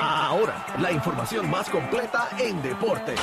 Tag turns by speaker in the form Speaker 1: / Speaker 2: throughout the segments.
Speaker 1: Ahora, la información más completa en deporte.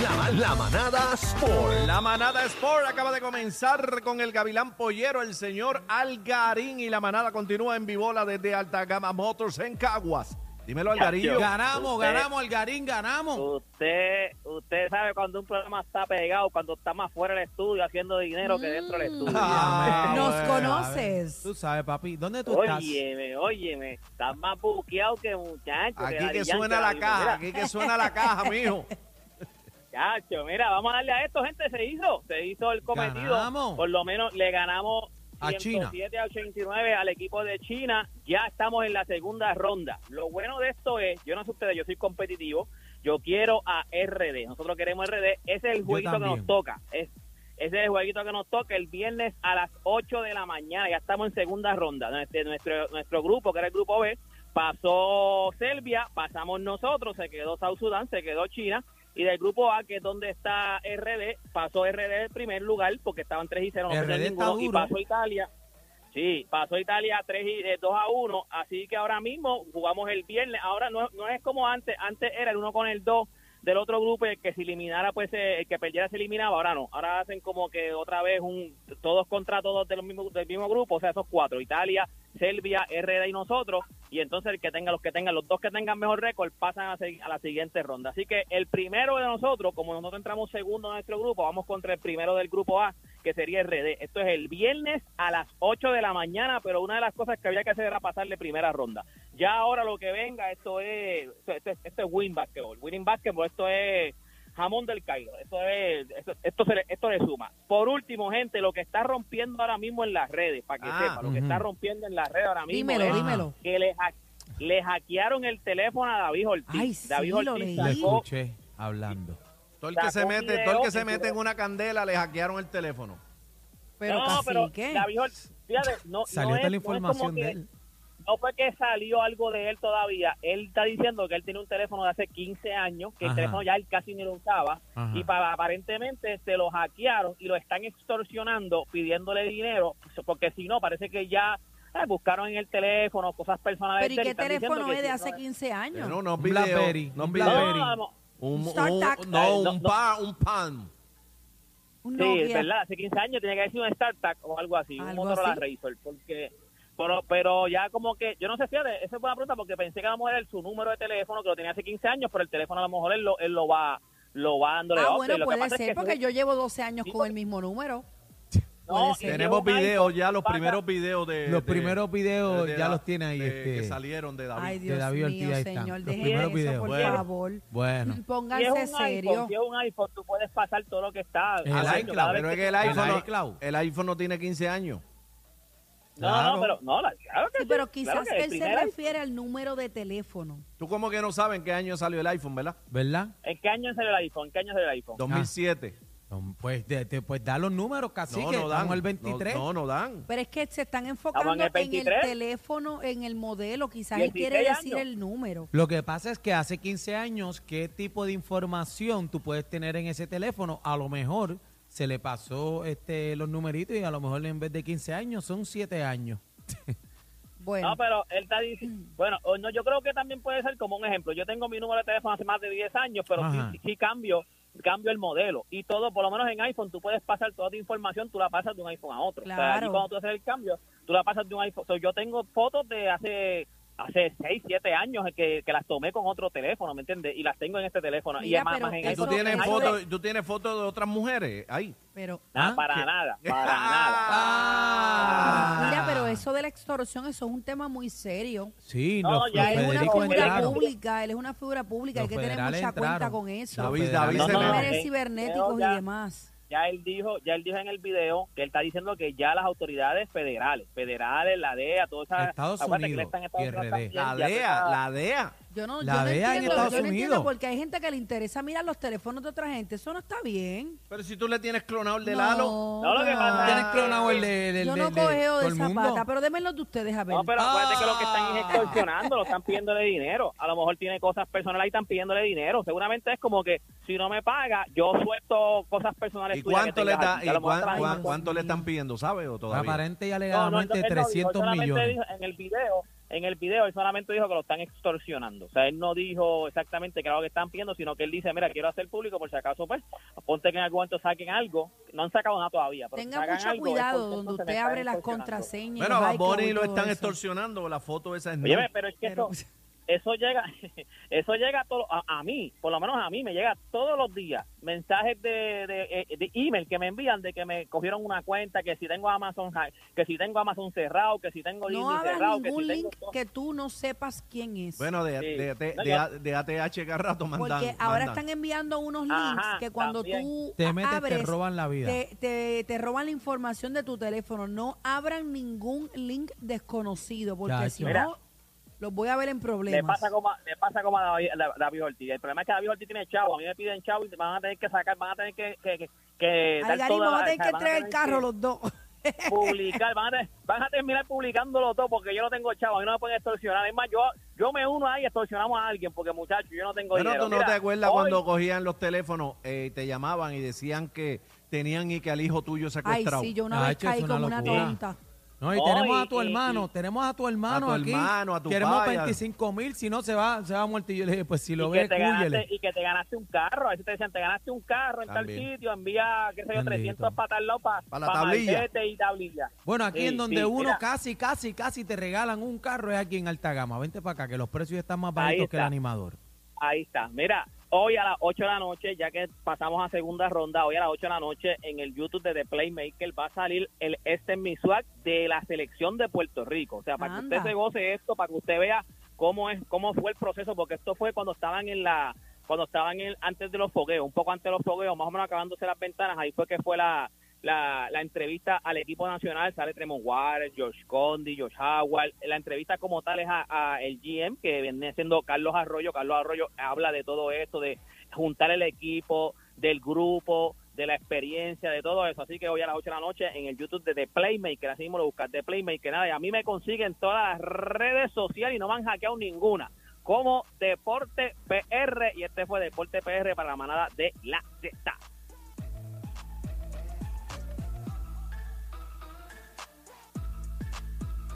Speaker 1: La, la manada Sport.
Speaker 2: La manada Sport acaba de comenzar con el Gavilán Pollero, el señor Algarín y la manada continúa en Vivola desde Altagama Motors en Caguas. Dímelo, Algarillo.
Speaker 3: Ganamos,
Speaker 4: Usted-
Speaker 3: ganamos, Algarín, ganamos.
Speaker 4: Usted, usted sabe cuando un programa está pegado, cuando está más fuera del estudio haciendo dinero que dentro del estudio.
Speaker 3: Ah,
Speaker 5: Nos
Speaker 3: bueno,
Speaker 5: conoces.
Speaker 3: Tú sabes, papi, ¿dónde tú estás?
Speaker 4: Óyeme, óyeme, está más buqueado que muchacho.
Speaker 2: Aquí
Speaker 4: Daddy
Speaker 2: que
Speaker 4: Yankee,
Speaker 2: suena la
Speaker 4: Daddy,
Speaker 2: caja,
Speaker 4: mira,
Speaker 2: aquí que suena la caja, mijo.
Speaker 4: chacho, mira, vamos a darle a esto, gente, se hizo, se hizo el cometido.
Speaker 3: Ganamos.
Speaker 4: Por lo menos le ganamos
Speaker 3: A
Speaker 4: 107 a 89 al equipo de China. Ya estamos en la segunda ronda. Lo bueno de esto es, yo no sé ustedes, yo soy competitivo. Yo quiero a RD. Nosotros queremos RD. Ese es el
Speaker 3: Yo
Speaker 4: jueguito que
Speaker 3: también.
Speaker 4: nos toca. Es, ese es el jueguito que nos toca el viernes a las 8 de la mañana. Ya estamos en segunda ronda. Nuestro, nuestro, nuestro grupo, que era el grupo B, pasó Serbia, pasamos nosotros, se quedó South Sudán, se quedó China. Y del grupo A, que es donde está RD, pasó RD en primer lugar porque estaban 3 y 0. no
Speaker 3: RD
Speaker 4: tenían
Speaker 3: está
Speaker 4: ninguno, y
Speaker 3: duro.
Speaker 4: pasó Italia. Sí, pasó Italia 3 y, eh, 2 a 1, así que ahora mismo jugamos el viernes. Ahora no, no es como antes, antes era el 1 con el 2 del otro grupo, el que se eliminara, pues eh, el que perdiera se eliminaba, ahora no. Ahora hacen como que otra vez un todos contra todos del mismo, del mismo grupo, o sea, esos cuatro, Italia, Serbia, Herrera y nosotros, y entonces el que tenga, los que tengan, los dos que tengan mejor récord pasan a, se- a la siguiente ronda. Así que el primero de nosotros, como nosotros entramos segundo en nuestro grupo, vamos contra el primero del grupo A, que sería RD. Esto es el viernes a las 8 de la mañana, pero una de las cosas que había que hacer era pasarle primera ronda. Ya ahora lo que venga, esto es, esto, esto es- esto es win basketball, winning basketball, esto es jamón del Cairo, esto es, esto, esto, se le, esto le suma. Por último, gente, lo que está rompiendo ahora mismo en las redes, para que
Speaker 2: Ah,
Speaker 4: sepa, lo que
Speaker 3: ujú.
Speaker 4: está rompiendo en las redes ahora mismo
Speaker 5: Dímelo,
Speaker 4: es
Speaker 5: dímelo.
Speaker 4: que le, ha- le hackearon el teléfono a David Ortiz.
Speaker 5: Ay, sí,
Speaker 4: David
Speaker 5: lo
Speaker 4: Ortiz
Speaker 5: leí.
Speaker 3: Le
Speaker 4: sacó
Speaker 3: escuché hablando.
Speaker 2: Todo el que se
Speaker 4: Sacó un
Speaker 2: mete,
Speaker 4: video
Speaker 2: todo el que
Speaker 4: y
Speaker 2: se
Speaker 4: tú
Speaker 2: mete
Speaker 4: ves.
Speaker 2: en una candela le hackearon el teléfono.
Speaker 5: Pero
Speaker 4: no,
Speaker 5: casi
Speaker 4: pero
Speaker 5: que.
Speaker 4: David Ortiz, fíjate, no,
Speaker 3: Salió
Speaker 4: no
Speaker 3: toda
Speaker 4: es-
Speaker 3: la
Speaker 4: no es como
Speaker 3: información de
Speaker 4: que-
Speaker 3: él.
Speaker 4: No fue que salió algo de él todavía. Él está diciendo que él tiene un teléfono de hace 15 años, que
Speaker 3: Ajá.
Speaker 4: el teléfono ya él casi ni lo usaba.
Speaker 3: Ajá.
Speaker 4: Y para, aparentemente se lo hackearon y lo están extorsionando, pidiéndole dinero, porque si no, parece que ya eh, buscaron en el teléfono cosas personales.
Speaker 5: Pero ¿y
Speaker 4: de él,
Speaker 5: qué
Speaker 4: están diciendo
Speaker 5: teléfono
Speaker 4: que
Speaker 5: es de
Speaker 4: si
Speaker 5: hace
Speaker 4: no-
Speaker 5: 15 años?
Speaker 2: No, no
Speaker 3: Un
Speaker 2: video,
Speaker 3: Blackberry,
Speaker 2: no
Speaker 3: un
Speaker 2: video.
Speaker 3: Blackberry.
Speaker 4: No, no,
Speaker 2: Un,
Speaker 5: StarTAC.
Speaker 2: un- no,
Speaker 4: Eh, no,
Speaker 2: un
Speaker 4: no.
Speaker 2: pa, un pan.
Speaker 5: Un
Speaker 4: Sí,
Speaker 5: Nokia. Ah,
Speaker 4: es verdad, hace 15 años tenía que haber sido un StarTAC o algo así, un
Speaker 5: Algo
Speaker 4: Motorola
Speaker 5: así.
Speaker 4: Razr, porque pero, pero ya como que, yo no sé si esa fue una pregunta porque pensé que a lo mejor era su número de teléfono que lo tenía hace 15 años, pero el teléfono a lo mejor él lo, él lo va lo va dándole
Speaker 5: Ah,
Speaker 4: update.
Speaker 5: bueno,
Speaker 4: Lo que
Speaker 5: puede
Speaker 4: pasa es
Speaker 5: ser,
Speaker 4: que
Speaker 5: porque
Speaker 4: tú-
Speaker 5: yo llevo 12 años
Speaker 4: Sí, pues.
Speaker 5: con el mismo número.
Speaker 4: no,
Speaker 5: puede
Speaker 4: y
Speaker 5: ser.
Speaker 4: que
Speaker 2: Tenemos
Speaker 4: un iPhone
Speaker 2: videos ya, los
Speaker 4: pasa-
Speaker 2: primeros videos de...
Speaker 3: Los
Speaker 2: de-
Speaker 3: primeros videos
Speaker 2: de- de
Speaker 3: ya
Speaker 2: la-
Speaker 3: los tiene ahí.
Speaker 2: de-
Speaker 3: este.
Speaker 2: Que salieron de David.
Speaker 5: Ay,
Speaker 3: de
Speaker 5: Dios
Speaker 3: David Ortiz,
Speaker 5: mío,
Speaker 3: ahí está.
Speaker 5: señor,
Speaker 3: Los
Speaker 5: dejen
Speaker 3: primeros
Speaker 5: eso,
Speaker 3: videos.
Speaker 5: por
Speaker 2: Bueno.
Speaker 5: favor.
Speaker 3: Bueno.
Speaker 4: Si es, un
Speaker 5: Pónganse
Speaker 4: iPhone,
Speaker 5: serio.
Speaker 4: si es un iPhone, tú puedes pasar todo lo que está.
Speaker 3: El
Speaker 2: Al
Speaker 4: Cada
Speaker 3: iCloud,
Speaker 2: iCloud,
Speaker 4: vez
Speaker 2: pero
Speaker 4: que
Speaker 2: es que el
Speaker 4: tú-
Speaker 2: iPhone,
Speaker 3: El
Speaker 2: no-
Speaker 3: iCloud.
Speaker 2: el iPhone no tiene 15 años.
Speaker 4: No,
Speaker 3: Claro.
Speaker 4: no, pero no, la- claro que
Speaker 5: Sí, pero
Speaker 4: sí,
Speaker 5: quizás
Speaker 4: claro que el
Speaker 5: él se
Speaker 4: primer iPhone.
Speaker 5: refiere al número de teléfono.
Speaker 2: Tú como que no sabes en qué año salió el iPhone, ¿verdad?
Speaker 3: Ah. ¿Verdad?
Speaker 4: ¿En qué año salió el iPhone? ¿En qué año salió el iPhone?
Speaker 2: 2007.
Speaker 3: No, Pues, de- de- pues da los números, casi que estamos el 23.
Speaker 2: No, no, no dan.
Speaker 5: Pero es que se están enfocando
Speaker 4: en
Speaker 5: en
Speaker 4: el
Speaker 5: el,
Speaker 4: 23.
Speaker 5: teléfono, en el modelo. Quizás
Speaker 4: 16
Speaker 5: él quiere decir
Speaker 4: años.
Speaker 5: el número.
Speaker 3: Lo que pasa es que hace 15 años, ¿qué tipo de información tú puedes tener en ese teléfono? A lo mejor se le pasó este los numeritos y a lo mejor en vez de 15 años son 7 años.
Speaker 5: Bueno,
Speaker 4: No, pero él está diciendo.
Speaker 5: Mm.
Speaker 4: Bueno, o no, yo creo que también puede ser como un ejemplo. Yo tengo mi número de teléfono hace más de 10 años, pero sí,
Speaker 3: Ajá.
Speaker 4: sí- sí cambio cambio el modelo. Y todo, por lo menos en iPhone, tú puedes pasar toda tu información, tú la pasas de un iPhone a otro. O sea, allí
Speaker 5: Claro.
Speaker 4: cuando tú haces el cambio, tú la pasas de un iPhone. So, yo tengo fotos de hace hace 6, 7 años que, que las tomé con otro teléfono, ¿me entiendes? Y las tengo en este teléfono. y
Speaker 5: Mira,
Speaker 4: es más,
Speaker 5: pero
Speaker 4: más en
Speaker 2: Y tú
Speaker 5: Eso-
Speaker 4: iPhone.
Speaker 2: tienes
Speaker 5: eso
Speaker 2: fotos,
Speaker 5: es-
Speaker 2: tú tienes fotos de otras mujeres ahí.
Speaker 5: pero
Speaker 4: Nada,
Speaker 3: ¿Ah?
Speaker 4: para
Speaker 2: ¿Qué?
Speaker 4: nada, para nada.
Speaker 3: Ah.
Speaker 5: mira, pero eso de la extorsión, eso es un tema muy serio.
Speaker 3: Sí,
Speaker 4: No,
Speaker 3: los,
Speaker 4: ya
Speaker 3: los
Speaker 5: él es una
Speaker 3: Federico
Speaker 5: figura
Speaker 3: entraron.
Speaker 5: pública, él es una figura pública,
Speaker 3: Los
Speaker 5: hay que tener
Speaker 3: federales
Speaker 5: mucha cuenta
Speaker 3: entraron.
Speaker 5: con eso.
Speaker 3: Los
Speaker 2: David-
Speaker 3: federales
Speaker 2: David se
Speaker 4: No, no,
Speaker 3: entraron.
Speaker 5: Crímenes
Speaker 4: eh,
Speaker 5: cibernéticos y
Speaker 4: ya-
Speaker 5: demás.
Speaker 4: ya él dijo, ya él dijo en el video que él está diciendo que ya las autoridades federales, federales, la DEA, todas esas
Speaker 3: Estados
Speaker 4: acuérdate que
Speaker 3: Unidos,
Speaker 4: le están en Estados
Speaker 3: y
Speaker 4: Unidos
Speaker 3: RD.
Speaker 4: también,
Speaker 2: La
Speaker 4: ya
Speaker 2: DEA,
Speaker 4: está-
Speaker 2: la DEA.
Speaker 5: Yo no,
Speaker 3: La
Speaker 5: yo no
Speaker 3: DEA en
Speaker 5: entiendo,
Speaker 3: Estados
Speaker 5: yo no entiendo
Speaker 3: Unidos.
Speaker 5: porque hay gente que le interesa mirar los teléfonos de otra gente, eso no está bien.
Speaker 2: Pero si tú le tienes clonado el de
Speaker 5: No,
Speaker 2: Lalo.
Speaker 4: No, lo que pasa-
Speaker 3: Tienes clonado el de, el
Speaker 5: yo
Speaker 3: de-
Speaker 5: no
Speaker 3: el de-
Speaker 5: cogeo
Speaker 3: todo
Speaker 5: de
Speaker 3: el mundo.
Speaker 5: zapata, pero démenlo de ustedes a ver.
Speaker 4: No, pero acuérdate que lo que están es
Speaker 3: Ah.
Speaker 4: extorsionando, lo están pidiéndole dinero. A lo mejor tiene cosas personales y están pidiéndole dinero. Seguramente es como que si no me paga, yo suelto cosas personales.
Speaker 2: ¿Y
Speaker 4: tuyas que
Speaker 2: cuánto le,
Speaker 4: tengas
Speaker 2: da,
Speaker 4: aquí.
Speaker 2: y
Speaker 4: A lo mejor
Speaker 2: cuán-
Speaker 4: traen
Speaker 2: cuán-
Speaker 4: cosas.
Speaker 2: cuánto le están pidiendo, sabes? O todavía.
Speaker 3: Aparente y
Speaker 4: No, no,
Speaker 3: alegadamente
Speaker 4: él no dijo,
Speaker 3: 300
Speaker 4: solamente
Speaker 3: millones.
Speaker 4: dijo en el video en el video él solamente dijo que lo están extorsionando. O sea, él no dijo exactamente qué era lo que están pidiendo, sino que él dice, mira, quiero hacer público por si acaso, pues, ponte que en algún momento saquen algo. No han sacado nada todavía, pero si
Speaker 5: Tenga
Speaker 4: sacan
Speaker 5: mucho
Speaker 4: algo, es
Speaker 5: cuidado
Speaker 4: porque
Speaker 5: donde
Speaker 4: entonces me
Speaker 5: usted
Speaker 4: están
Speaker 5: abre las
Speaker 4: extorsionando.
Speaker 5: contraseñas.
Speaker 2: Bueno, a
Speaker 5: Bad Bunny
Speaker 2: Bunny lo
Speaker 5: y todo
Speaker 2: están
Speaker 5: eso.
Speaker 2: extorsionando, la foto esa es
Speaker 4: Oye,
Speaker 2: nueva.
Speaker 4: pero es que
Speaker 5: Pero-
Speaker 4: eso, eso llega, eso llega a, todo, a, a mí, por lo menos a mí, me llega todos los días mensajes de, de, eh, de email que me envían de que me cogieron una cuenta, que si tengo Amazon, ja- que si tengo Amazon cerrado, que si tengo
Speaker 5: No
Speaker 4: Disney
Speaker 5: abras
Speaker 4: cerrado, que
Speaker 5: ningún
Speaker 4: si tengo...
Speaker 5: link que tú no sepas quién es.
Speaker 2: Bueno, de,
Speaker 4: Sí.
Speaker 2: de, de-
Speaker 4: No,
Speaker 2: de-
Speaker 4: ya-
Speaker 2: de ATH cada rato mandan.
Speaker 5: porque ahora
Speaker 2: mandan.
Speaker 5: están enviando unos links
Speaker 4: Ajá,
Speaker 5: que cuando
Speaker 4: también.
Speaker 5: tú
Speaker 3: Te metes,
Speaker 5: abres,
Speaker 3: te roban la vida.
Speaker 5: te, te- te roban la información de tu teléfono. No abran ningún link desconocido, porque
Speaker 3: Ya,
Speaker 5: si
Speaker 3: eso.
Speaker 4: Mira.
Speaker 5: no, los voy a ver en problemas.
Speaker 4: Le pasa como, a- le pasa como a David, a David Ortiz. El problema es que David Ortiz tiene chavo. A mí me piden chavo y te van a tener que sacar, van a tener que... que, que, que dar
Speaker 5: Al Garín,
Speaker 4: toda
Speaker 5: vamos a
Speaker 4: la-
Speaker 5: tener que
Speaker 4: van
Speaker 5: entrar el
Speaker 4: tener
Speaker 5: carro
Speaker 4: que-
Speaker 5: los dos.
Speaker 4: publicar, van a, ter- van a terminar publicándolo todo porque yo no tengo chavo, a mí no me pueden extorsionar. Es más, yo, yo me uno ahí y extorsionamos a alguien porque, muchachos, yo no tengo
Speaker 2: Bueno,
Speaker 4: dinero.
Speaker 2: tú no
Speaker 4: Mira,
Speaker 2: te acuerdas
Speaker 4: hoy-
Speaker 2: cuando cogían los teléfonos, eh, te llamaban y decían que tenían y que al hijo tuyo
Speaker 5: Ay,
Speaker 2: secuestrado.
Speaker 5: sí, yo una vez
Speaker 3: Nacho, es
Speaker 5: caí
Speaker 3: una
Speaker 5: como una
Speaker 3: locura.
Speaker 5: tonta.
Speaker 3: No, y
Speaker 4: No,
Speaker 3: tenemos a
Speaker 4: y-
Speaker 3: tu
Speaker 4: y-
Speaker 3: hermano,
Speaker 4: y-
Speaker 3: tenemos a tu hermano
Speaker 2: A tu
Speaker 3: aquí.
Speaker 2: hermano, a tu
Speaker 3: Queremos
Speaker 2: padre.
Speaker 3: 25 mil, si no se va, se va muerto. Y yo le dije, pues si
Speaker 4: y
Speaker 3: lo
Speaker 4: que
Speaker 3: ves,
Speaker 4: te ganaste,
Speaker 3: cúyele.
Speaker 4: y que te ganaste un carro. A veces te decían, te ganaste un carro en tal
Speaker 2: También.
Speaker 4: sitio, envía, qué sé yo,
Speaker 3: Bendito.
Speaker 4: 300 para tal lado, para
Speaker 2: Pa' la tablilla.
Speaker 4: y tablilla.
Speaker 3: Bueno, aquí
Speaker 4: Sí,
Speaker 3: en donde
Speaker 4: sí,
Speaker 3: uno
Speaker 4: mira,
Speaker 3: casi, casi, casi te regalan un carro es aquí en Alta Gama. Vente para acá, que los precios están más
Speaker 4: Ahí
Speaker 3: baratos que el
Speaker 4: está.
Speaker 3: animador.
Speaker 4: Ahí está. Mira, hoy a las 8 de la noche, ya que pasamos a segunda ronda, hoy a las 8 de la noche en el YouTube de The Playmaker va a salir el este misuac de la selección de Puerto Rico. O sea, para que
Speaker 5: Anda.
Speaker 4: usted se goce esto, para que usted vea cómo es cómo fue el proceso, porque esto fue cuando estaban en la cuando estaban en- antes de los fogueos, un poco antes de los fogueos, más o menos acabándose las ventanas, ahí fue que fue la, la, la entrevista al equipo nacional, sale Tremont Waters, George Condi, George Howard, la entrevista como tal es a, a el GM, que viene siendo Carlos Arroyo, Carlos Arroyo habla de todo esto, de juntar el equipo, del grupo, de la experiencia, de todo eso, así que hoy a las 8 de la noche en el YouTube de The Playmaker, así mismo lo buscas, The Playmaker, nada, y a mí me consiguen todas las redes sociales y no me han hackeado ninguna, como Deporte PR, y este fue Deporte PR para la manada de la Z.